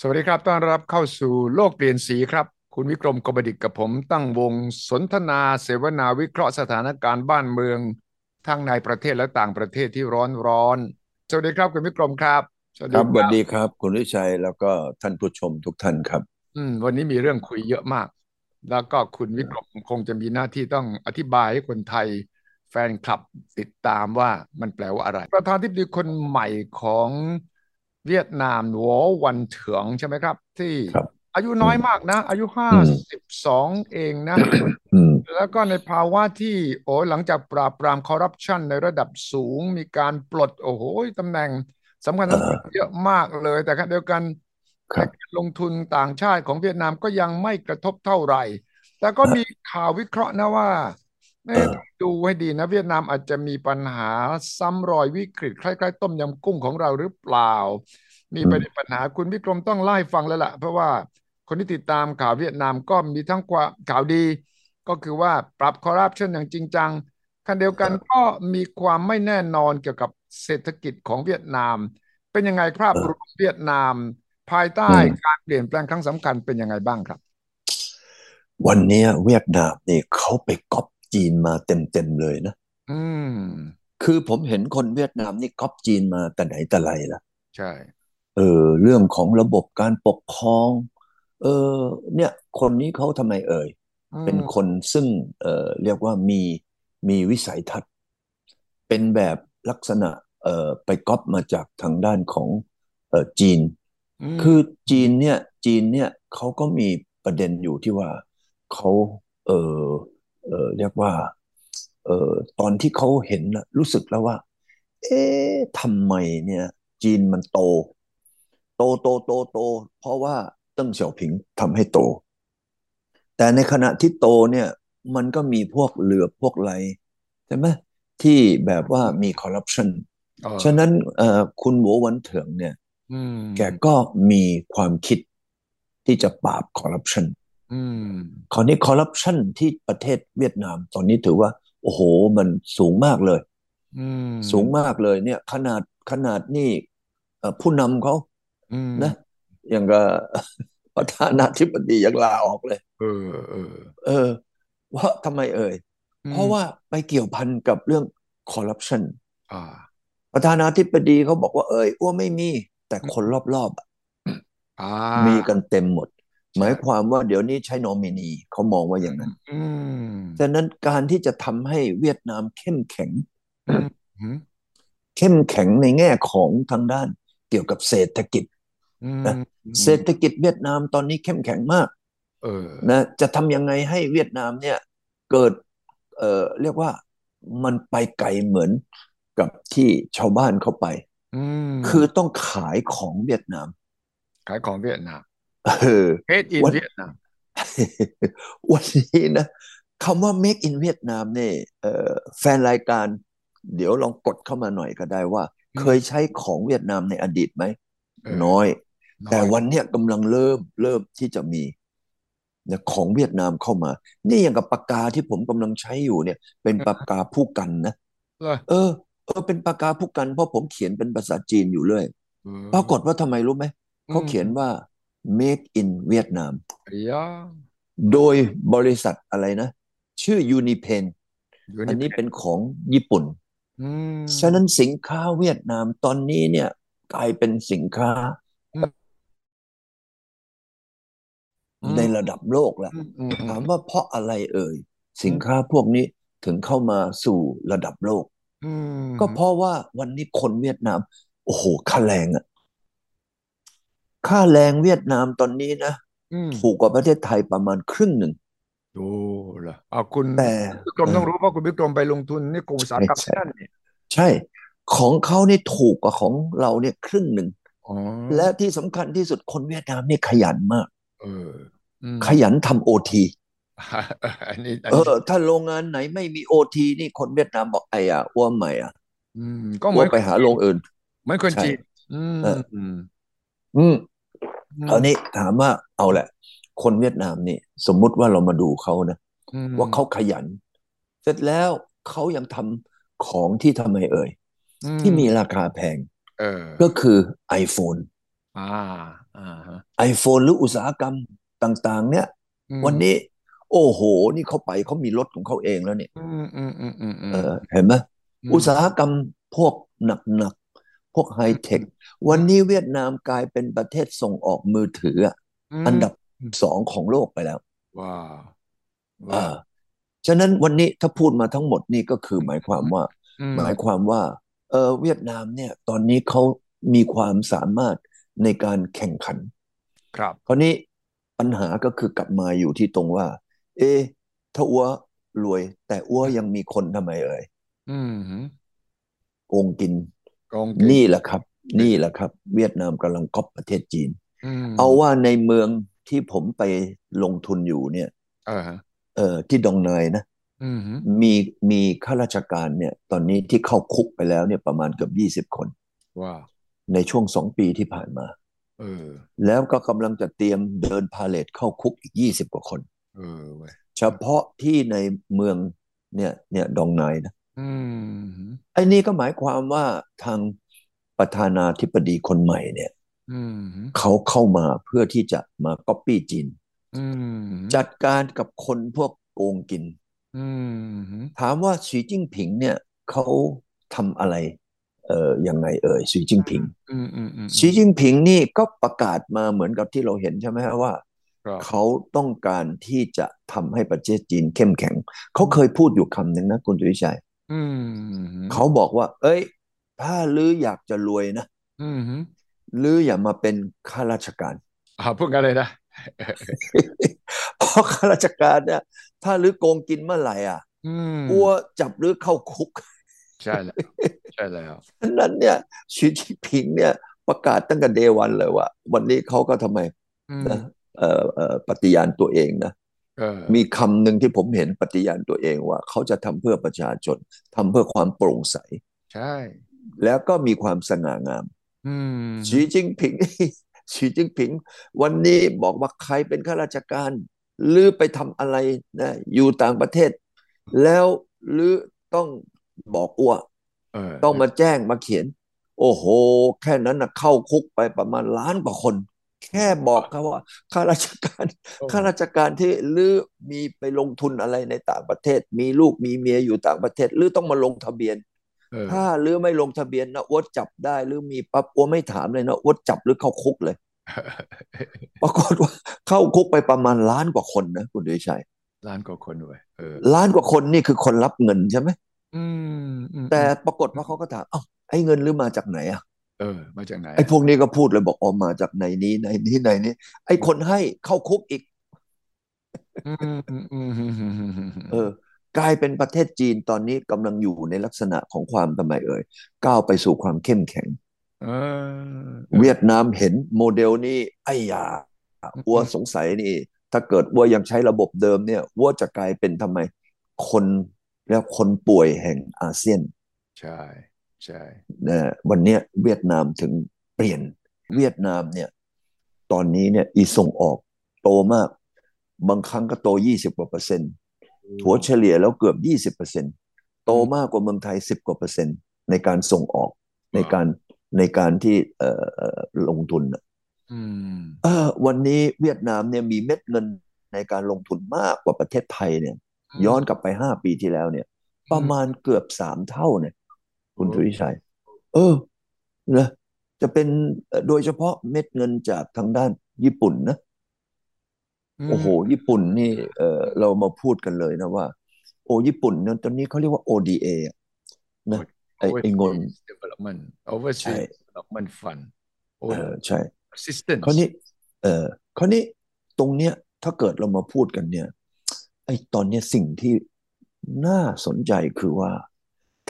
สวัสดีครับ ต้อนรับเข้าสู่โลกเปลี่ยนสีครับ คุณวิกรมกบดิษฐ์กับผมตั้งวงสนทนาเสวนาวิเคราะห์สถานการณ์บ้านเมือง ทั้งในประเทศและต่างประเทศที่ร้อนร้อนสวัสดีครับคุณวิกรมครับสวัส ค ดี รับสวัสดีครับ คุณวิชัยแล้วก็ท่านผู้ชมทุกท่านครับ อืมวันนี้มีเรื่องคุยเยอะมาก แล้วก็คุณวิกรมคงจะมีหน้าที่ต้องอธิบายให้คนไทย แฟนคลับติดตามว่ามันแปลว่าอะไร ประธานาธิบดีคนใหม่ของเวียดนามหวอวันเถิงใช่ไหมครับ ที่ ครับ อายุน้อยมากนะ อายุห้าสิบสองเองนะ อืม แล้วก็ในภาวะที่โอ้ยหลังจากปราบปรามคอร์รัปชันในระดับสูง มีการปลด โอ้โหตำแหน่งสำคัญ อ่า สำคัญเยอะมากเลย แต่ขณะเดียวกัน ครับ แต่การลงทุนต่างชาติของเวียดนามก็ยังไม่กระทบเท่าไหร่ แต่ก็มีข่าววิเคราะห์นะว่าเอ๊ะดูให้ดีนะ เวียดนามอาจจะมีปัญหาซ้ำรอยวิกฤตคล้ายๆ ต้มยำกุ้งของเราหรือเปล่า มีประเด็นปัญหาคุณวิกรมต้องไล่าให้ฟังแล้วล่ะ เพราะว่าคนที่ติดตามข่าวเวียดนามก็มีทั้งความข่าวดี ก็คือว่าปรับคอร์รัปชันอย่างจริงจังขณะเดียวกันก็มีความไม่แน่นอนเกี่ยวกับเศรษฐกิจของเวียดนาม เป็นยังไงภาพรวมเวียดนาม ภายใต้ อืม การเปลี่ยนแปลงครั้งสำคัญเป็นยังไงบ้างครับ วันเนี้ยเวียดนามนี่เขาไปก๊อปจีนมาเต็มๆเลยนะ อืม คือผมเห็นคนเวียดนามนี่ก๊อปจีนมาแต่ไหนแต่ไรละ ใช่ เออ เรื่องของระบบการปกครอง เออ เนี่ย คนนี้เขาทำไมเอ่ย อื เป็น ม คนซึ่งเอ่อเรียกว่ามีมีวิสัยทัศน์ เป็นแบบลักษณะเอ่อไปก๊อปมาจากทางด้านของเอ่อจีน อืม คือจีนเนี่ยจีนเนี่ยเขาก็มีประเด็นอยู่ที่ว่าเขาเออเออเรียกว่าเออตอนที่เขาเห็นน่ะรู้สึกแล้วว่า เอ๊ะทำไมเนี่ย จีนมันโต โตโตโตโต เพราะว่าเติ้งเสี่ยวผิงทำให้โต แต่ในขณะที่โตเนี่ยมันก็มีพวกเหลือบพวกไรใช่ไหมที่แบบว่ามีคอร์รัปชัน เออ ฉะนั้นเอ่อคุณหมูหวันเถิงเนี่ย อืม แกก็มีความคิดที่จะปราบคอร์รัปชัน อืม คราวนี้คอร์รัปชันที่ประเทศเวียดนาม ตอนนี้ถือว่า โอ้โห มันสูงมากเลย อืม สูงมากเลยเนี่ย ขนาดขนาดนี่เอ่อผู้นำเขา อืม นะอย่างกับ ประธานาธิบดียังลาออกเลย เออเออ เออว่าทำไมเอ่ย อื เพ ม ราะว่าไปเกี่ยวพันกับเรื่องคอร์รัปชัน อ่า ประธานาธิบดีเขาบอกว่าเอ้ยอ้วไม่มี แต่คนรอบๆอะ อ่า มีกันเต็มหมด ห ใช่ มายความว่าเดี๋ยวนี้ใช้นอมินีเขามองว่าอย่างนั้น อืม ฉะนั้นการที่จะทำให้เวียดนามเข้มแข็ง อืมอืม เข้มแข็งในแง่ของทางด้านเกี่ยวกับเศรษฐกิจ อื นะ ม เศรษฐกิจเวียดนามตอนนี้เข้มแข็งมาก เออ นะจะทำยังไงให้เวียดนามเนี่ยเกิดเอ่อเรียกว่ามันไปไกลเหมือนกับที่ชาวบ้านเขาไป อืม คือต้องขายของเวียดนาม ขายของเวียดนาม เออ Made in วัน เวียดนาม วันนี้นะคำว่า Make in Vietnam เนี่ยเอ่อแฟนรายการ เดี๋ยวลองกดเข้ามาหน่อยก็ได้ว่า อื เค ม ยใช้ของเวียดนามในอดีตไหม เออ น้อย น้ แต่ อย วันเนี้ยกำลังเริ่มเริ่มที่จะมีนะของเวียดนามเข้ามา นี่อย่างกับปากกาที่ผมกำลังใช้อยู่เนี่ย เป็นปากกาผู้กันนะ เลย เออเออเป็นปากกาผู้กันเพราะผมเขียนเป็นภาษาจีนอยู่เรื่อย เอ ปราก อ ฏว่าทำไมรู้ไหม อื เขา ม เขียนว่า Make in Vietnam ยา โดยบริษัทอะไรนะ ชื่อยูนิเพน อยู่ อัน นี่ นี้ เป็น เป็นของญี่ปุ่น อื ฉะ ม นั้นสินค้าเวียดนามตอนนี้เนี่ยกลายเป็นสินค้า อืมอื ใน ม ระดับโลกแล้ว อืมอืมอื ถาม ม ว่าเพราะอะไรเอ่ย สิ อืมนค้าพวกนี้ถึงเข้ามาสู่ระดับโลก อื ก็ ม เพราะว่าวันนี้คนเวียดนาม โอ้โหค่าแรงอะค่าแรงเวียดนามตอนนี้นะ อืม ถูกกว่าประเทศไทยประมาณครึ่งหนึ่ง ดูล่ะเอาคุณ แต่ วิกร เอ มต้อง อ รู้ว่าคุณวิกรมไปลงทุนนี่กรมอุตสาห ใช่ กรรม ใช่ นั่นเนี่ย ใช่ ของเขาเนี่ยถูกกว่าของเราเนี่ยครึ่งหนึ่ง อ๋อ และที่สำคัญที่สุดคนเวียดนามเนี่ยขยันมาก เออ อืม ขยันทำโอที อันนี้อั เอน นี้ อ ถ้าโรงงานไหนไม่มีโอทีนี่คนเวียดนามบอกไอ้อะอ้วใหม่อ่ะ อืม ก็เห อ้ มื ว อน ไป คน หา จี โร น งอื่น เหมือนคน ใช่ จีนอืม เออ อืม อืม อื คราว ม นี้ถามว่าเอาแหละ คนเวียดนามนี่สมมุติว่าเรามาดูเขานะ อื ว่าม เขาขยัน เสร็จแล้วเขายังทำของที่ทำไมเอ่ย อื ที่ ม มีราคาแพง เออ ก็คือ iPhone อ่าอ่าฮะ iPhone หรืออุตสาหกรรมต่าง ๆ เนี่ย อืม วันนี้ โอ้โห นี่เขาไปเขามีรถของเขาเองแล้วเนี่ย อืมอืมอืมอืมอืม เออเห็นไหม ม อุตสาหกรรมพวกหนักๆ พวกไฮเทค วันนี้เวียดนามกลายเป็นประเทศส่งออกมือถืออะอันดับสองของโลกไปแล้ว ว้าว เออฉะนั้นวันนี้ถ้าพูดมาทั้งหมดนี่ก็คือหมายความว่า อืม หมายความว่าเออเวียดนามเนี่ย ตอนนี้เขามีความสามารถในการแข่งขัน ครับ คราวนี้ปัญหาก็คือกลับมาอยู่ที่ตรงว่า เอ๊ะถ้าอัวรวย แต่อัวยังมีคนทำไมเอ่ย อืมหืม โกงกิน กองเก่ง นี่แหละครับ นี่แหละครับ เวียดนามกำลังก๊อปประเทศจีน อืม เอาว่าในเมืองที่ผมไปลงทุนอยู่เนี่ย เออฮะ เออที่ดองเนยนะ อืมหืม มีมีข้าราชการเนี่ย ตอนนี้ที่เข้าคุกไปแล้วเนี่ยประมาณเกือบยี่สิบคน ว้าว ในช่วงสองปีที่ผ่านมา เออ แล้วก็กำลังจะเตรียมเดินพาเลทเข้าคุกอีกยี่สิบกว่าคน เออเว้ย เฉพาะที่ในเมืองเนี่ยเนี่ยดองไนนะ อืมหืม ไอ้นี่ก็หมายความว่าทางประธานาธิบดีคนใหม่เนี่ย อืมหืม เขาเข้ามาเพื่อที่จะมาก๊อปปี้จีน อืมหืม จัดการกับคนพวกโกงกิน อืมหืม ถามว่าสีจิ้งผิงเนี่ยเขาทำอะไรเอ่อยังไงเอ่ยสีจิ้งผิง อืมอืมอืม สีจิ้นผิงนี่ก็ประกาศมาเหมือนกับที่เราเห็นใช่ไหมฮะว่า ครับ เขาต้องการที่จะทำให้ประเทศจีนเข้มแข็ง เขาเคยพูดอยู่คำหนึ่งนะคุณจุวิชัย อืมหืม เขาบอกว่า เอ้ย ถ้าลืออยากจะรวยนะ อืมหืม ลืออย่ามาเป็นข้าราชการ อ่าพูดกันเลยนะ เพราะข้าราชการเนี่ยถ้าลือโกงกินเมื่อไหร่อ่ะ อืม กลัวจับลือเข้าคุก ใช่แล้วใช่แล้ว ฉะนั้นเนี่ยสีจิ้นผิงเนี่ยประกาศตั้งแต่เดวันเลยว่า วันนี้เขาก็ทำไม อืม นะเอ่อเอ่อปฏิญาณตัวเองนะ เออ มีคำหนึ่งที่ผมเห็นปฏิญาณตัวเองว่า เขาจะทำเพื่อประชาชนทำเพื่อความโปร่งใส ใช่ แล้วก็มีความสง่างาม อืม ฉีจิ้ง ผิง ฉีจิ้งผิง วันนี้บอกว่าใครเป็นข้าราชการหรือไปทำอะไรนะอยู่ต่างประเทศ แล้วหรือต้องบอกอ้ว เออ ต้องมาแจ้งมาเขียน โอ้โห แค่นั้นนะเข้าคุกไปประมาณล้านกว่าคน แค่บอกเขาว่าข้าราชการ ข้าราชการที่ลือมีไปลงทุนอะไรในต่างประเทศ มีลูกมีเมียอยู่ต่างประเทศลือต้องมาลงทะเบียน เออ ถ้าลือไม่ลงทะเบียนนะอวดจับได้ลือมีปั๊บอวดไม่ถามเลยนะอวดจับหรือเข้าคุกเลย ปรากฏว่า เข้าคุกไปประมาณล้านกว่าคนนะคุณดุยชัย ล้านกว่าคนเว้ยเออ ล้านกว่าคนนี่คือคนรับเงินใช่ไหม อืมอืม แต่ อืม ปรากฏว่าเขาก็ถามเอ้าไอ้เงินลือมาจากไหนอ่ะ เออ มาจากไหน ไอ้พวกนี้ก็พูดเลยบอกอ๋อมาจากในนี้ในนี้ในนี้ ไอ้คนให้เข้าคุกอีก อืมอืมอืมอืมอืมอืมอืม เออกลายเป็นประเทศจีนตอนนี้กำลังอยู่ในลักษณะของความทำไมเอ่ยก้าวไปสู่ความเข้มแข็ง เออ เวียดนามเห็นโมเดลนี้ไอ้ยาอัวสงสัยนี่ ถ้าเกิดอัวยังใช้ระบบเดิมเนี่ยอัวจะกลายเป็นทำไม คนแล้วคนป่วยแห่งอาเซียน ใช่ใช่ นะวันเนี้ยเวียดนามถึงเปลี่ยน เวียดนามเนี่ยตอนนี้เนี่ยอีส่งออกโตมาก บางครั้งก็โตยี่สิบกว่าเปอร์เซ็นต์ ถัวเฉลี่ยแล้วเกือบ 20%โตมากกว่าเมืองไทย 10 กว่าเปอร์เซ็นต์ในการส่งออกในการในการที่เอ่อเอ่อลงทุนน่ะ อืม เออวันนี้เวียดนามเนี่ยมีเม็ดเงินในการลงทุนมากกว่าประเทศไทยเนี่ย ย้อนกลับไป 5 ปีที่แล้วเนี่ย ประมาณเกือบ 3 เท่าเนี่ยคุณทวิชัย เออนะจะเป็นเอ่อโดยเฉพาะเม็ดเงินจากทางด้านญี่ปุ่นนะ ม โอ้โห ญี่ปุ่นนี่เออเรามาพูดกันเลยนะว่า โอ้ญี่ปุ่นเนี่ยตอนนี้เขาเรียกว่า ODA อะนะไอ้ไอ้เงิน overseas development ใช่ overseas development fund โอ้ เออใช่ assistance คราวนี้เออคราวนี้ตรงเนี้ยถ้าเกิดเรามาพูดกันเนี่ย ไอ้ตอนเนี้ยสิ่งที่น่าสนใจคือว่า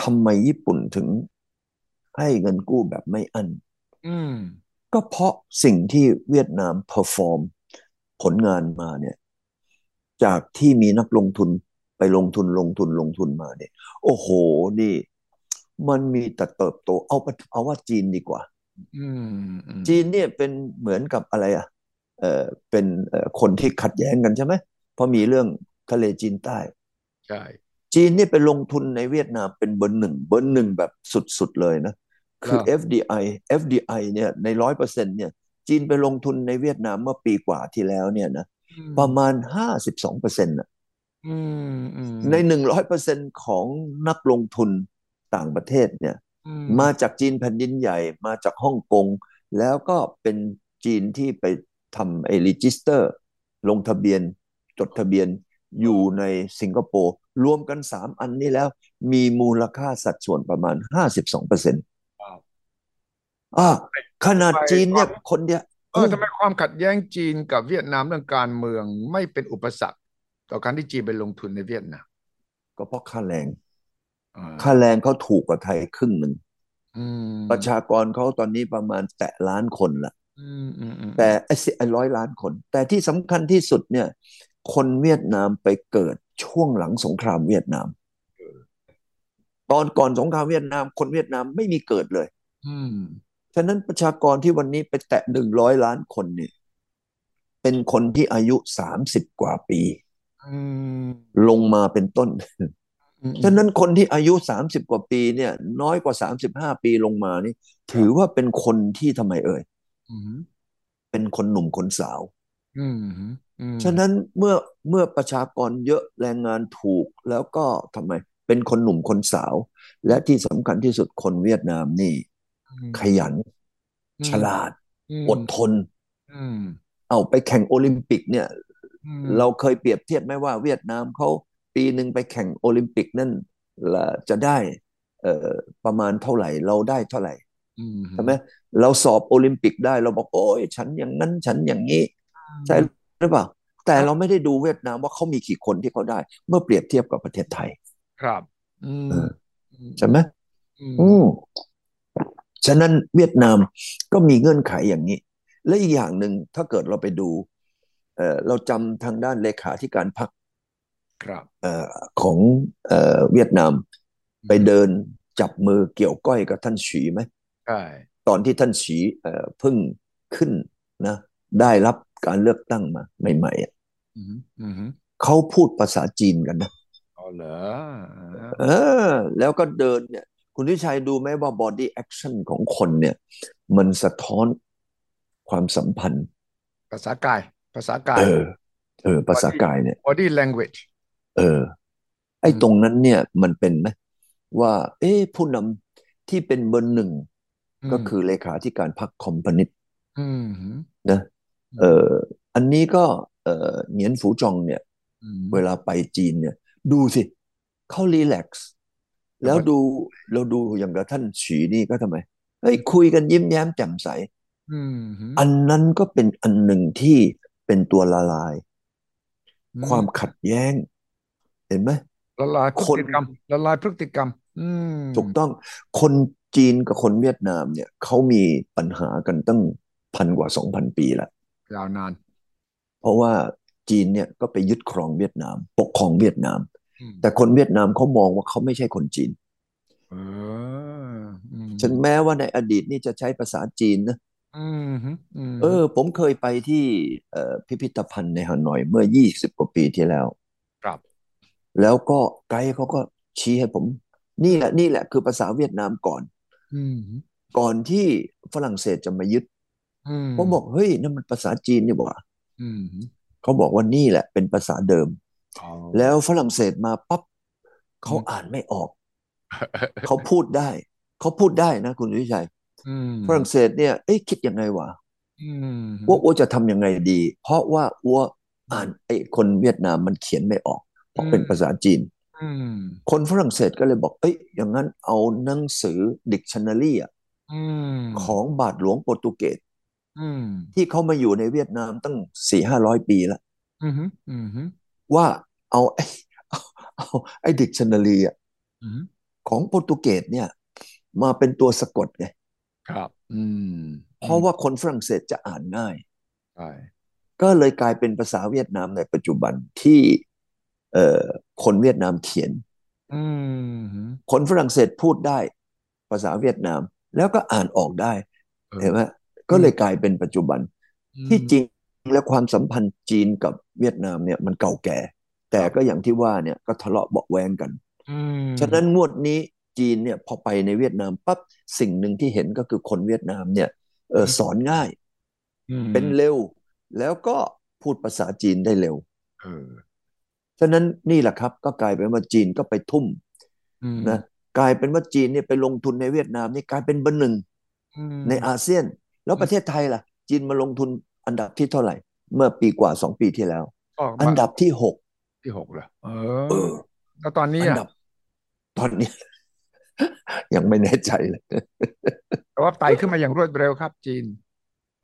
ทำไมญี่ปุ่นถึงให้เงินกู้แบบไม่อั้น อืม ก็เพราะสิ่งที่เวียดนามเพอร์ฟอร์มผลงานมาเนี่ย จากที่มีนักลงทุนไปลงทุนลงทุนลงทุนมาเนี่ย โอ้โหนี่ มันมีแต่เติบโตเอาไปเอาว่าจีนดีกว่า อืมอืม จีนเนี่ยเป็นเหมือนกับอะไรอ่ะเออเป็นเอ่อคนที่ขัดแย้งกันใช่ไหมเพราะมีเรื่องทะเลจีนใต้ ใช่ จีนนี่ไปลงทุนในเวียดนามเป็นเบอร์หนึ่งเบอร์หนึ่งแบบสุดๆเลยนะ คือ FDI FDI เนี่ยในร้อยเปอร์เซ็นต์เนี่ย จีนไปลงทุนในเวียดนามเมื่อปีกว่าที่แล้วเนี่ยนะ อืม ประมาณ 52เปอร์เซ็นต์ อืมอืม ใน 100เปอร์เซ็นต์ของนักลงทุนต่างประเทศเนี่ย อืม มาจากจีนแผ่นดินใหญ่ มาจากฮ่องกง แล้วก็เป็นจีนที่ไปทำไอ้รีจิสเตอร์ ลงทะเบียนจดทะเบียนอยู่ในสิงคโปร์ รวมกัน 3 อันนี้แล้ว มีมูลค่าสัดส่วนประมาณ 52เปอร์เซ็นต์อ่าขนาดจีนเนี่ยคนเดียว เออทำไมความขัดแย้งจีนกับเวียดนามเรื่องการเมืองไม่เป็นอุปสรรค ต่อการที่จีนไปลงทุนในเวียดนาม ก็เพราะค่าแรง อ่า ค่าแรงเขาถูกกว่าไทยครึ่งหนึ่ง อืม ประชากรเขาตอนนี้ประมาณแตะล้านคนละ อืมอืมอืม แต่ไอ้สิไอ้ร้อยล้านคน แต่ที่สำคัญที่สุดเนี่ย คนเวียดนามไปเกิดช่วงหลังสงครามเวียดนาม ตอนก่อนสงครามเวียดนาม คนเวียดนามไม่มีเกิดเลย อืม ฉะนั้นประชากรที่วันนี้ไปแตะหนึ่งร้อยล้านคนเนี่ย เป็นคนที่อายุสามสิบกว่าปี อืม ลงมาเป็นต้น อืม ฉะนั้นคนที่อายุสามสิบกว่าปีเนี่ย น้อยกว่าสามสิบห้าปีลงมานี่ ถือว่าเป็นคนที่ทำไมเอ่ย อืม เป็นคนหนุ่มคนสาว อืมอืม ฉะนั้นเมื่อเมื่อประชากรเยอะแรงงานถูกแล้วก็ทำไม เป็นคนหนุ่มคนสาว และที่สำคัญที่สุดคนเวียดนามนี่ ขยัน อืม ฉลาด อืม อดทน อืม เอาไปแข่งโอลิมปิกเนี่ย อืม เราเคยเปรียบเทียบไหมว่าเวียดนามเขาปีหนึ่งไปแข่งโอลิมปิกนั่นละจะได้เอ่อประมาณเท่าไหร่ เราได้เท่าไหร่ อืม ใช่ไหมเราสอบโอลิมปิกได้เราบอกโอ้ยฉันอย่างนั้นฉันอย่างนี้ ใช่หรือเปล่า แต่เราไม่ได้ดูเวียดนามว่าเขามีกี่คนที่เขาได้ เมื่อเปรียบเทียบกับประเทศไทย ครับ อืม เออ ใช่ไหม อืม อืมฉะนั้นเวียดนามก็มีเงื่อนไขอย่างนี้ และอีกอย่างหนึ่งถ้าเกิดเราไปดูเออเราจำทางด้านเลขาธิการพรรค ครับ เอ่อของเอ่อเวียดนาม ไปเดินจับมือเกี่ยวก้อยกับท่านฉีไหม ใช่ ตอนที่ท่านฉีเอ่อเพิ่งขึ้นนะ ได้รับการเลือกตั้งมาใหม่ๆอะ อืมอืม เขาพูดภาษาจีนกันนะ เอาเหรออ่า เออแล้วก็เดินเนี่ย คุณวิชัยดูไหมว่า body action ของคนเนี่ย มันสะท้อนความสัมพันธ์ ภาษากาย ภาษากา เอย อ เออ ภาษากายเนี่ย body language เออ ไอ้ตรงนั้นเนี่ยมันเป็นไหมว่า เอ๊ะผู้นำที่เป็นเบอร์หนึ่ง ม ก็คือเลขาธิการพรรคคอมพานิสต์ อืม นะเอออันนี้ก็เออเหงียนฝูจองเนี่ย อืม เวลาไปจีนเนี่ย ดูสิเขารีแลกซ์แล้วดูเราดูอย่างกับท่านฉีนี่ก็ทำไมเฮ้ยคุยกันยิ้มแย้มแจ่มใส อืม อันนั้นก็เป็นอันหนึ่งที่เป็นตัวละลาย อื ความขัดแย้ง เห็นไหม ละลายพ คน ฤติกรรมละลายพฤติกรรม อืม ถูกต้อง คนจีนกับคนเวียดนามเนี่ยเขามีปัญหากันตั้งพันกว่าสองพันปีละ ยาวนาน เพราะว่าจีนเนี่ยก็ไปยึดครองเวียดนาม ปกครองเวียดนาม อืม แต่คนเวียดนามเขามองว่าเขาไม่ใช่คนจีน เอออืม ถึงแม้ว่าในอดีตนี่จะใช้ภาษาจีนนะ อืมอืม เออ ผมเคยไปที่เอ่อพิพิธภัณฑ์ในฮานอยเมื่อยี่สิบกว่าปีที่แล้ว ครับ แล้วก็ไกด์เขาก็ชี้ให้ผม นี่แหละนี่แหละคือภาษาเวียดนามก่อน อืม ก่อนที่ฝรั่งเศสจะมายึด อืม ผมบอกเฮ้ยนั่นมันภาษาจีนนี่หว่า อืม เขาบอกว่านี่แหละเป็นภาษาเดิม เอา แล้วฝรั่งเศสมาปั๊บเขาอ่านไม่ออก เขาพูดได้เขาพูดได้นะ คุณวิชัย อืม ฝรั่งเศสเนี่ยเอ๊ะคิดยังไงวะ อืม ว่าอัวจะทำยังไงดี เพราะว่าอัวอ่านไอ้คนเวียดนามมันเขียนไม่ออก เพราะเป็นภาษาจีน อืม คนฝรั่งเศสก็เลยบอก เอ้ย อย่างนั้นเอาหนังสือดิกชันนารีอะ อืม ของบาทหลวงโปรตุเกส อืม ที่เขามาอยู่ในเวียดนามตั้งสี่ห้าร้อยปีแล้ว อืมอืม ว่าเอาไอ้เอาเอาไอ้ดิกชันนารีอะ อืม ของโปรตุเกสเนี่ย มาเป็นตัวสะกดไง ครับ อืม เพราะว่าคนฝรั่งเศสจะอ่านง่าย ใช่ ก็เลยกลายเป็นภาษาเวียดนามในปัจจุบันที่เอ่อคนเวียดนามเขียน อืม คนฝรั่งเศสพูดได้ ภาษาเวียดนาม แล้วก็อ่านออกได้เห็นไหมก็เลยกลายเป็นปัจจุบัน ที่จริงแล้วความสัมพันธ์จีนกับเวียดนามเนี่ยมันเก่าแก่ แต่ก็อย่างที่ว่าเนี่ยก็ทะเลาะเบาะแวงกัน อืม ฉะนั้นงวดนี้จีนเนี่ยพอไปในเวียดนามปั๊บสิ่งหนึ่งที่เห็นก็คือคนเวียดนามเนี่ยเออสอนง่าย อืม เป็นเร็ว แล้วก็พูดภาษาจีนได้เร็ว เออ ฉะนั้นนี่แหละครับ ก็กลายเป็นว่าจีนก็ไปทุ่ม อืม นะกลายเป็นว่าจีนเนี่ยไปลงทุนในเวียดนามนี่กลายเป็นเบอร์หนึ่ง อืม ในอาเซียน แล้วประเทศไทยล่ะ จีนมาลงทุนอันดับที่เท่าไหร่ เมื่อปีกว่าสองปีที่แล้ว ออกมา อันดับที่หก ที่หกเหรอเอ เอ อ อ แล้วตอนนี้ อัน อะ ดับ ตอนนี้ ยังไม่แน่ใจเลย แต่ว่าไต่ขึ้นมาอย่างรวดเร็วครับ จีน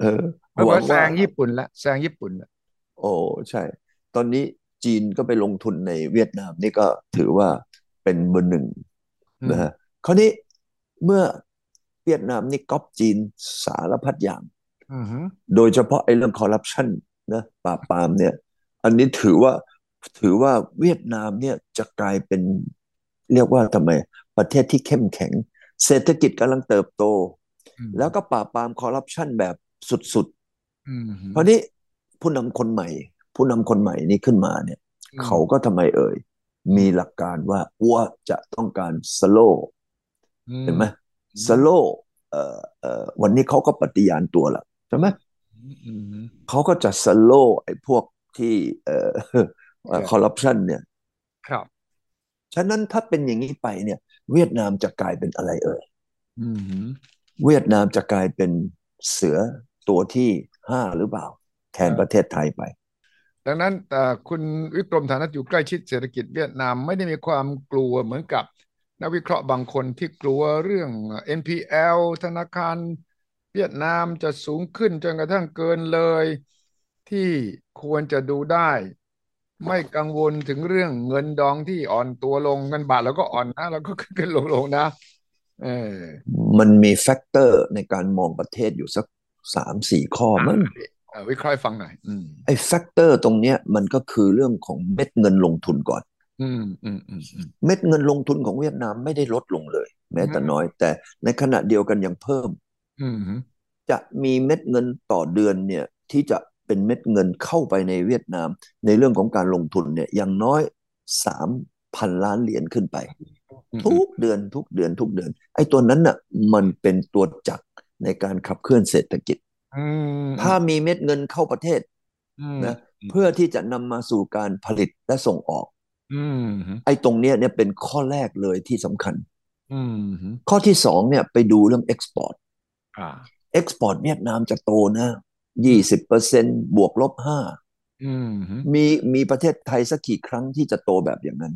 เออ เมื่ หวั อง แซ ว่า งญี่ปุ่นละแซงญี่ปุ่นละ โอ้ใช่ ตอนนี้จีนก็ไปลงทุนในเวียดนามนี่ก็ถือว่าเป็นเบอร์หนึ่ง อืม นะฮะคราวนี้เมื่อเวียดนามนี่ก๊อปจีนสารพัดอย่าง อือหือ โดยเฉพาะไอ้เรื่องคอร์รัปชันนะปราบปรามเนี่ย อันนี้ถือว่าถือว่าเวียดนามเนี่ยจะกลายเป็นเรียกว่าทำไม ประเทศที่เข้มแข็ง เศรษฐกิจกำลังเติบโต อืม แล้วก็ปราบปรามคอร์รัปชันแบบสุด อืม ๆ เพราะนี้ผู้นำคนใหม่ ผู้นำคนใหม่นี่ขึ้นมาเนี่ย เขาก็ทำไมเอ่ย มีหลักการว่าอ้วจะต้องการสโล อื เห็นไหมสโลเอ่อเอ่อวันนี้เขาก็ปฏิญาณตัวละใช่ไหม อืม เขาก็จะสโลว์ไอ้พวกที่เอ่อ ครับ คอร์รัปชันเนี่ย ครับ ฉะนั้นถ้าเป็นอย่างนี้ไปเนี่ย เวียดนามจะกลายเป็นอะไรเอ่ย อืม เวียดนามจะกลายเป็นเสือตัวที่ห้าหรือเปล่า แทนประเทศไทยไป ดังนั้นเอ่อคุณวิกรมฐานะอยู่ใกล้ชิดเศรษฐกิจเวียดนามไม่ได้มีความกลัวเหมือนกับนักวิเคราะห์บางคนที่กลัวเรื่อง NPL ธนาคารเวียดนามจะสูงขึ้นจนกระทั่งเกินเลย ที่ควรจะดูได้ ไม่กังวลถึงเรื่องเงินดองที่อ่อนตัวลงเงินบาทแล้วก็อ่อนนะแล้วก็ขึ้นขึ้นลงลงนะเออ มันมีแฟกเตอร์ในการมองประเทศอยู่สักสามสี่ข้อมั้ง เอ่อวิเคราะห์ให้ฟังหน่อยอืม ไอ้แฟกเตอร์ตรงเนี้ยมันก็คือเรื่องของเม็ดเงินลงทุนก่อน อืมอืมอืมอืม เม็ดเงินลงทุนของเวียดนามไม่ได้ลดลงเลย แม้แต่น้อย แต่ในขณะเดียวกันยังเพิ่ม อืมอืม จะมีเม็ดเงินต่อเดือนเนี่ยที่จะเป็นเม็ดเงินเข้าไปในเวียดนาม ในเรื่องของการลงทุนเนี่ยอย่างน้อยสามพันล้านเหรียญขึ้นไป อืม ทุกเดือนทุกเดือนทุกเดือน ไอ้ตัวนั้นน่ะมันเป็นตัวจักรในการขับเคลื่อนเศรษฐกิจ อืม ถ้ามีเม็ดเงินเข้าประเทศ อืม นะเพื่อที่จะนำมาสู่การผลิตและส่งออก อืม ไอ้ตรงเนี้ยเนี่ยเป็นข้อแรกเลยที่สำคัญ อืม ข้อที่สองเนี่ยไปดูเรื่องเอ็กซ์พอร์ต อ่า เอ็กซ์พอร์ตเวียดนามจะโตนะยี่สิบเปอร์เซ็นบวกลบห้า อืม มีมีประเทศไทยสักกี่ครั้งที่จะโตแบบอย่างนั้น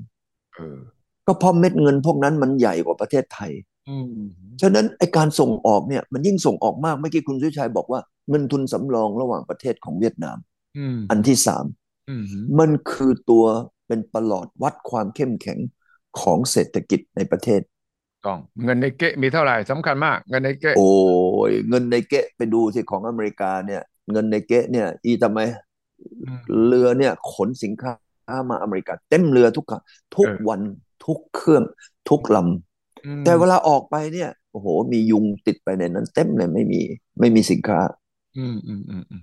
เออ ก็เพราะเม็ดเงินพวกนั้นมันใหญ่กว่าประเทศไทย อืม ฉะนั้นไอการส่งออกเนี่ยมันยิ่งส่งออกมากเมื่อกี้คุณสุชัยบอกว่าเงินทุนสำรองระหว่างประเทศของเวียดนาม อืม อันที่สาม อืม มันคือตัวเป็นประหลอดวัดความเข้มแข็งของเศรษฐกิจในประเทศ ต้องเงินในเก๊ะมีเท่าไหร่สำคัญมาก เงินในเก๊ะ โอ้ยเงินในเก๊ะไปดูสิของอเมริกาเนี่ย เงินในเก๊ะเนี่ย อีทำไม อืม เรือเนี่ยขนสินค้ามาอเมริกา เต็มเรือทุกครั้งทุก เออ วันทุกเครื่อง ทุกล อืม ำแต่เวลาออกไปเนี่ยโอ้โห มียุงติดไปในนั้น เต็มเลยไม่มีไม่มีสินค้า อืมอืมอืมอืม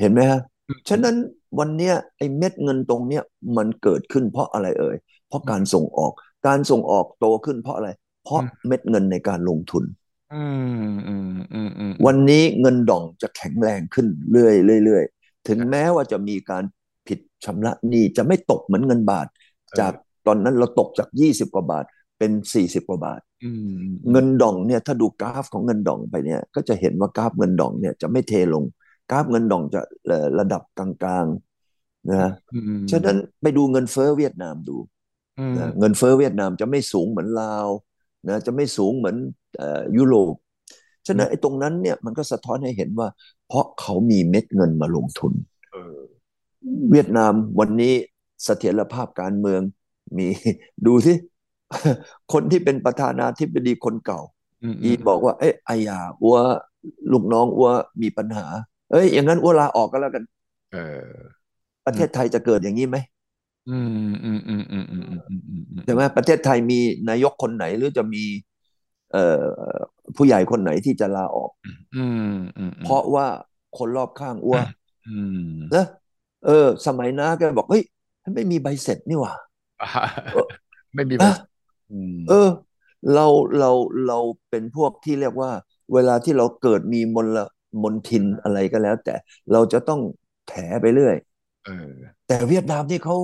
เห็นไหมฮะฉะนั้นวันเนี้ยไอ้เม็ดเงินตรงเนี้ยมันเกิดขึ้นเพราะอะไรเอ่ยเพราะการส่งออก การส่งออกโตขึ้นเพราะอะไร เพราะเม็ดเงินในการลงทุน อืมอืมอืมอืม วันนี้เงินดองจะแข็งแรงขึ้นเรื่อยๆเรื่อยๆถึงแม้ว่าจะมีการผิดชำระหนี้จะไม่ตกเหมือนเงินบาท จากตอนนั้นเราตกจาก 20 กว่าบาทเป็น 40 กว่าบาท อืม เงินดองเนี่ยถ้าดูกราฟของเงินดองไปเนี่ยก็จะเห็นว่ากราฟเงินดองเนี่ยจะไม่เทลง กราฟเงินดองจะเอ่อระดับกลางๆนะ อืม ฉะนั้นไปดูเงินเฟ้อเวียดนามดู อืม นะเงินเฟ้อเวียดนามจะไม่สูงเหมือนลาวนะจะไม่สูงเหมือนเอ่อยุโรป ฉะนั้นไอ้ตรงนั้นเนี่ยมันก็สะท้อนให้เห็นว่า เพราะเขามีเม็ดเงินมาลงทุน เออ เวียดนามวันนี้เสถียรภาพการเมืองมี ดูสิ คนที่เป็นประธานาธิบดีคนเก่า อืมอื อี ม บอกว่า เอ้ยอาญาอัวลูกน้องอัวมีปัญหา เอ้ยอย่างนั้นอัวลาออกก็แล้วกัน เออ ประเทศไทยจะเกิดอย่างนี้ไหม อืมอืมอืมอืมอืมอืมอืมอืมอืม ใช่ไหมประเทศไทยมีนายกคนไหนหรือจะมี เอ่อผู้ใหญ่คนไหนที่จะลาออก อืมอืม เพราะว่าคนรอบข้างอ้ว อืม นะเออ สมัยน้าแกบอกเฮ้ยมันไม่มีใบเสร็จนี่หว่า ไม่มี นะ อืม เออ เราเราเราเป็นพวกที่เรียกว่า เวลาที่เราเกิดมีมล มนทินอะไรก็แล้ว แต่เราจะต้องแถไปเรื่อย เออ แต่เวียดนามนี่เขา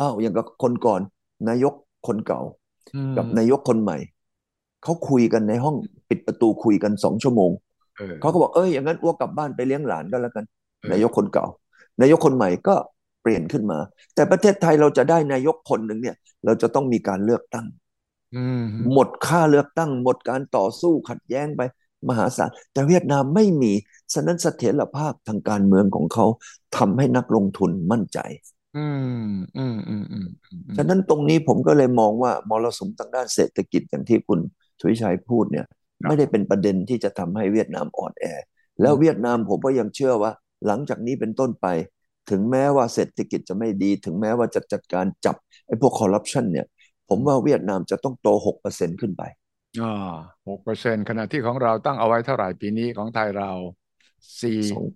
อ้าวอย่างกับคนก่อน นายกคนเก่า อืม กับนายกคนใหม่ เขาคุยกันในห้องปิดประตูคุยกันสองชั่วโมง เออ เขาก็บอกเอ้ยอย่างนั้นอ้วกกลับบ้านไปเลี้ยงหลานก็แล้วกัน เออ นายกคนเก่า นายกคนใหม่ก็เปลี่ยนขึ้นมา แต่ประเทศไทยเราจะได้นายกคนหนึ่งเนี่ย เราจะต้องมีการเลือกตั้ง อืม หมดค่าเลือกตั้ง หมดการต่อสู้ขัดแย้งไปมหาศาลแต่เวียดนามไม่มีฉะนั้นเสถียรภาพทางการเมืองของเขาทำให้นักลงทุนมั่นใจ อืมอืมอืมอืมอืมอืม ฉะนั้นตรงนี้ผมก็เลยมองว่ามรสุมทางด้านเศรษฐกิจอย่างที่คุณชุยชัยพูดเนี่ย ไม่ได้เป็นประเด็นที่จะทำให้เวียดนามอ่อนแอ แล้วเวียดนามผมก็ยังเชื่อว่า หลังจากนี้เป็นต้นไป ถึงแม้ว่าเศรษฐกิจจะไม่ดี ถึงแม้ว่าจะจัดการจับไอ้พวกคอร์รัปชันเนี่ย ผมว่าเวียดนามจะต้องโตหกเปอร์เซ็นต์ขึ้นไป อ่าหกเปอร์เซ็นต์ขณะที่ของเราตั้งเอาไว้เท่าไหร่ปีนี้ของไทยเราสี่ สอง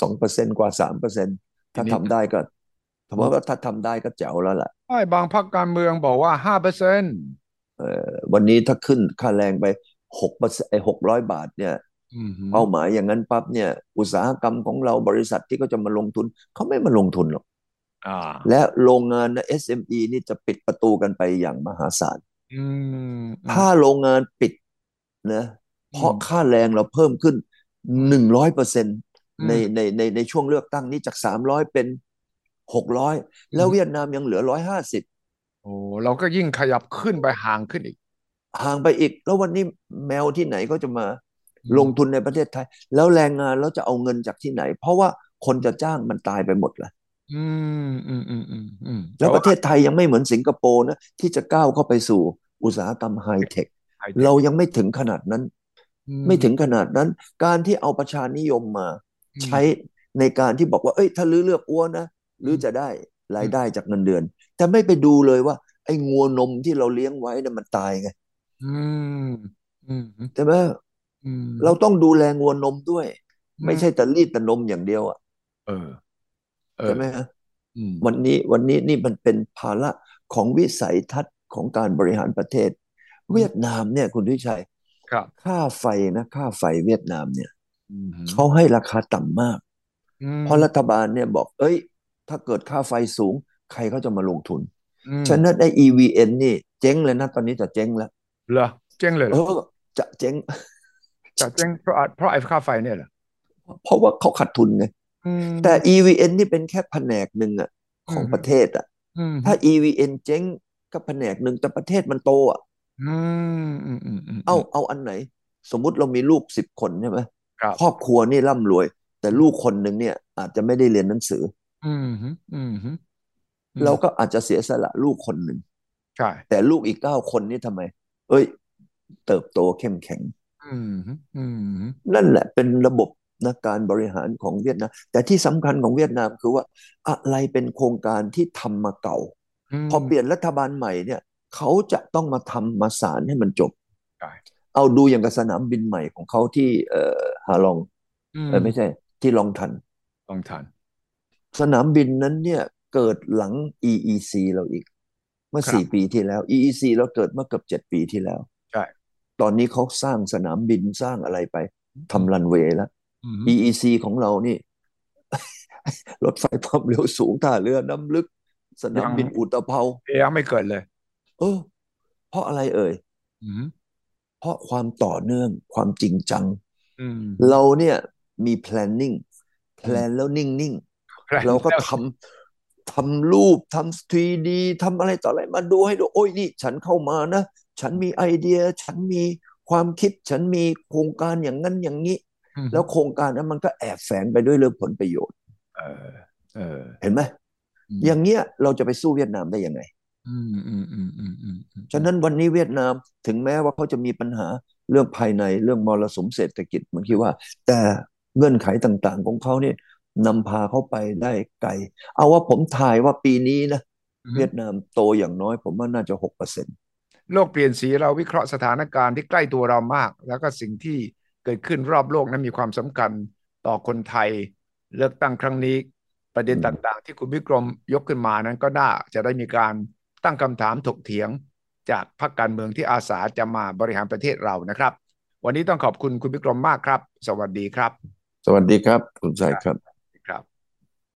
สองเปอร์เซ็นต์กว่าสามเปอร์เซ็นต์ถ้า ทีนี้ ทำได้ก็ผมว่าถ้าทำได้ก็แจ๋วแล้วล่ะ ใช่บางพรรคการเมืองบอกว่าห้าเปอร์เซ็นต์ เอ่อวันนี้ถ้าขึ้นค่าแรงไปหกเปอร์เซ็นต์ไอ้หกร้อยบาทเนี่ย อืม เป้าหมายอย่างนั้นปั๊บเนี่ย อุตสาหกรรมของเราบริษัทที่ก็จะมาลงทุน เขาไม่มาลงทุนหรอก อ่า และโรงงานนะ SME นี่จะปิดประตูกันไปอย่างมหาศาล อืมอืม ถ้าโรงงานปิดนะเพราะค่าแรงเราเพิ่มขึ้นหนึ่งร้อยเปอร์เซ็นต์ใน อืม ในในในช่วงเลือกตั้งนี้จากสามร้อยเป็นหกร้อยแล้ว อืม เวียดนามยังเหลือร้อยห้าสิบ โอ้เราก็ยิ่งขยับขึ้นไปห่างขึ้นอีก ห่างไปอีก แล้ววันนี้แมวที่ไหนก็จะมา อืม ลงทุนในประเทศไทย แล้วแรงงานแล้วจะเอาเงินจากที่ไหน เพราะว่าคนจะจ้างมันตายไปหมดละ อืมอืมอืมอืมอืม แล้วประ แต่า เทศไทยยังไม่เหมือนสิงคโปร์นะที่จะก้าวเข้าไปสู่อุตสาหกรรมไฮเทค ไทยเนี่ย เรายังไม่ถึงขนาดนั้น อื ไม่ถึงขนาดนั้น การที่เอาประชานิยมมา อืม ใช้ในการที่บอกว่า เอ้ย ถ้าลื้อเลือกอ้วนนะลื้อจะได้รายได้จากเงินเดือน แต่ไม่ไปดูเลยว่า ไอ้งัวนมที่เราเลี้ยงไว้น่ะมันตายไง อืมอืม ใช่ไหม อืม เราต้องดูแลงัวนมด้วย ไม่ใช่แต่รีดแต่นมอย่างเดียวอ่ะ เออ เออ ใช่ไหมฮะ อืม วันนี้วันนี้นี่มันเป็นภาระของวิสัยทัศน์ของการบริหารประเทศ เวียดนามเนี่ยคุณทิชัย ครับ ค่าไฟนะค่าไฟเวียดนามเนี่ย อืม เขาให้ราคาต่ำมาก อืม เพราะรัฐบาลเนี่ยบอก เอ้ย ถ้าเกิดค่าไฟสูง ใครเขาจะมาลงทุน อืม ฉะนั้นไอ้ EVN นี่เจ๊งเลยนะ ตอนนี้จะเจ๊งแล้ว เหรอเจ๊งเลยเหร เอ อ อจะเจ๊ง แต่เจ๊งเพราะเพราะไอ้ค่าไฟเนี่ยเหรอ เพราะว่าเขาขาดทุนไง อืม แต่ EVN นี่เป็นแค่แผนกหนึ่งอะของประเทศอะ อืม ถ้า EVN เจ๊งก็แผนกหนึ่งแต่ประเทศมันโตอะ อืมอืมอืมอืม เอาเอาอันไหน สมมุติเรามีลูกสิบคนใช่ไหม ครับ ครอบครัวนี่ร่ำรวย แต่ลูกคนหนึ่งเนี่ย อาจจะไม่ได้เรียนหนังสือ อืมอืมอืมอืม เราก็อาจจะเสียสละลูกคนหนึ่ง ใช่ แต่ลูกอีกเก้าคนนี่ทำไม เอ้ย เติบโตเข้มแข็ง อืมอืม นั่นแหละเป็นระบบนะการบริหารของเวียดนาม แต่ที่สำคัญของเวียดนามคือว่าอะไรเป็นโครงการที่ทำมาเก่า อืม พอเปลี่ยนรัฐบาลใหม่เนี่ย เขาจะต้องมาทำมาสารให้มันจบ ใช่ เอาดูอย่างกับสนามบินใหม่ของเขาที่เอ่อฮาลอง อืม เออไม่ใช่ที่ลองทัน ลองทาน สนามบินนั้นเนี่ยเกิดหลัง EEC เราอีก เมื่อ ครับ สี่ปีที่แล้ว EEC เราเกิดเมื่อเกือบเจ็ดปีที่แล้ว ใช่ ตอนนี้เขาสร้างสนามบินสร้างอะไรไปทำรันเวย์แล้ว อืม EEC ของเรานี่ รถไฟความเร็วสูงท่าเรือน้ำลึก สนามบิน ยัง อุตภเปา ยังไม่เกิดเลย เออ เพราะอะไรเอ่ย อืม เพราะความต่อเนื่องความจริงจัง อืม เราเนี่ยมี planning แพลนแล้วนิ่ง ๆ เราก็ทำทำรูปทำ 3D ทำอะไรต่ออะไรมาดูให้ดู โอ้ยนี่ฉันเข้ามานะ ฉันมีไอเดีย ฉันมีความคิด ฉันมีโครงการอย่างนั้นอย่างนี้ แล้วโครงการนั้นมันก็แอบแฝงไปด้วยเรื่องผลประโยชน์ เออเออ เห็นไหม อ อย่างเงี้ยเราจะไปสู้เวียดนามได้ยังไง อืมอืมอืมอืมอืมอืม ฉะนั้นวันนี้เวียดนามถึงแม้ว่าเขาจะมีปัญหาเรื่องภายในเรื่องมรสุมเศรษฐกิจผมคิดว่า แต่เงื่อนไขต่างๆของเขาเนี่ยนำพาเขาไปได้ไกล เอาว่าผมทายว่าปีนี้นะ เวียดนามโตอย่างน้อยผมว่าน่าจะหกเปอร์เซ็นต์ โลกเปลี่ยนสีเราวิเคราะห์สถานการณ์ที่ใกล้ตัวเรามาก แล้วก็สิ่งที่เกิดขึ้นรอบโลกนั้นมีความสำคัญต่อคนไทย เลือกตั้งครั้งนี้ ประเด็นต่างๆ ที่คุณวิกรมยกขึ้นมานั้นก็น่าจะได้มีการตั้งคำถามถกเถียง จากพรรคการเมืองที่อาสาจะมาบริหารประเทศเรานะครับ วันนี้ต้องขอบคุณคุณวิกรมมากครับ สวัสดีครับ สวัสดีครับ คุณสายครับ